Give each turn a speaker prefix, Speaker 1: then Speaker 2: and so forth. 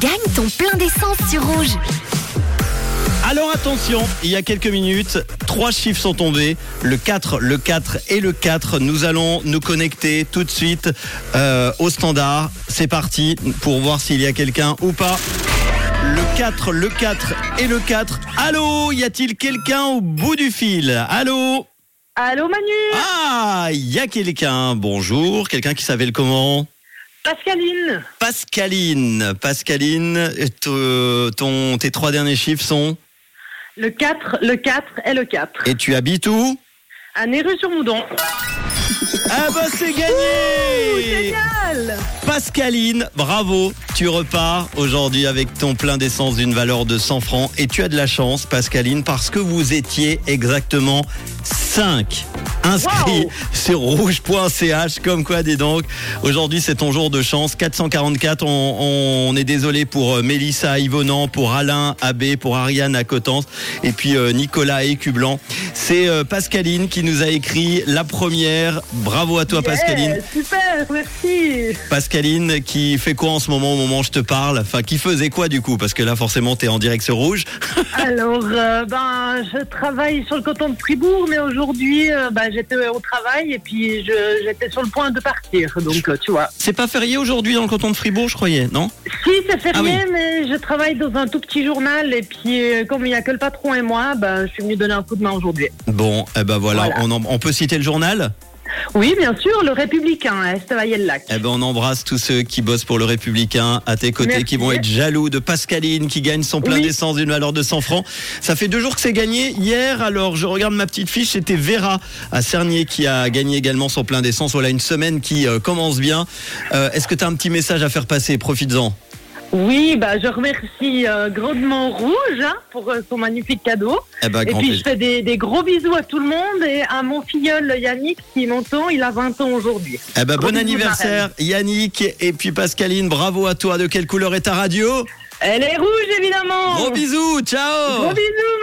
Speaker 1: Gagne ton plein d'essence sur rouge.
Speaker 2: Alors attention, il y a quelques minutes, trois chiffres sont tombés, le 4, le 4 et le 4. Nous allons nous connecter tout de suite euh, au standard. C'est parti pour voir s'il y a quelqu'un ou pas. Le 4, le 4 et le 4. Allô, y a-t-il quelqu'un au bout du fil Allô
Speaker 3: Allô Manu
Speaker 2: Ah, il y a quelqu'un. Bonjour, quelqu'un qui savait le comment
Speaker 3: Pascaline
Speaker 2: Pascaline, Pascaline, te- ton, tes trois derniers chiffres sont
Speaker 3: Le 4, le 4 et le 4.
Speaker 2: Et tu habites où
Speaker 3: Un Néru sur Moudon.
Speaker 2: Ah bah c'est gagné
Speaker 3: Génial
Speaker 2: Pascaline, bravo Tu repars aujourd'hui avec ton plein d'essence d'une valeur de 100 francs et tu as de la chance Pascaline parce que vous étiez exactement 5 inscrits
Speaker 3: Wow.
Speaker 2: sur rouge.ch comme quoi dis donc aujourd'hui c'est ton jour de chance 444 on, on est désolé pour euh, Mélissa à Yvonan pour Alain Abbé pour Ariane à Cotence et puis euh, Nicolas et Cublan c'est euh, Pascaline qui nous a écrit la première bravo à toi Pascaline
Speaker 3: Yeah, Super, merci
Speaker 2: Pascaline qui fait quoi en ce moment au moment où je te parle Enfin, qui faisait quoi du coup Parce que là, forcément, t'es en direct sur Rouge.
Speaker 3: Alors, euh, ben, je travaille sur le canton de Fribourg, mais aujourd'hui, euh, ben, j'étais au travail et puis je- j'étais sur le point de partir. Donc, euh, tu vois.
Speaker 2: C'est pas férié aujourd'hui dans le canton de Fribourg, je croyais, non
Speaker 3: Si, c'est férié,
Speaker 2: Ah oui.
Speaker 3: mais je travaille dans un tout petit journal et puis, euh, comme il n'y a que le patron et moi, ben, je suis venue donner un coup de main aujourd'hui.
Speaker 2: Bon, eh ben voilà,
Speaker 3: Voilà.
Speaker 2: On, en- on peut citer le journal
Speaker 3: Oui, bien sûr, le Républicain hein, à Estavayer-le-Lac.
Speaker 2: Eh ben on embrasse tous ceux qui bossent pour le Républicain à tes côtés,
Speaker 3: Merci.
Speaker 2: qui vont être jaloux de Pascaline qui gagne son plein
Speaker 3: Oui.
Speaker 2: d'essence d'une valeur de 100 francs. Ça fait deux jours que c'est gagné. Hier, alors je regarde ma petite fiche, c'était Vera à Cernier qui a gagné également son plein d'essence. Voilà une semaine qui euh, commence bien. Euh, Est-ce que t'as un petit message à faire passer Profites-en.
Speaker 3: Oui, bah, je remercie euh, grandement Rouge hein, pour euh, son magnifique cadeau.
Speaker 2: Eh ben,
Speaker 3: et
Speaker 2: grand
Speaker 3: puis
Speaker 2: plaisir.
Speaker 3: je fais des, des gros bisous à tout le monde et à mon filleul Yannick qui m'entend, il a 20 ans aujourd'hui.
Speaker 2: Eh ben,
Speaker 3: Gros
Speaker 2: bon
Speaker 3: bisous,
Speaker 2: anniversaire Yannick et puis Pascaline, bravo à toi. De quelle couleur est ta radio
Speaker 3: Elle est rouge évidemment
Speaker 2: Gros bisous, ciao
Speaker 3: Oh. Gros bisous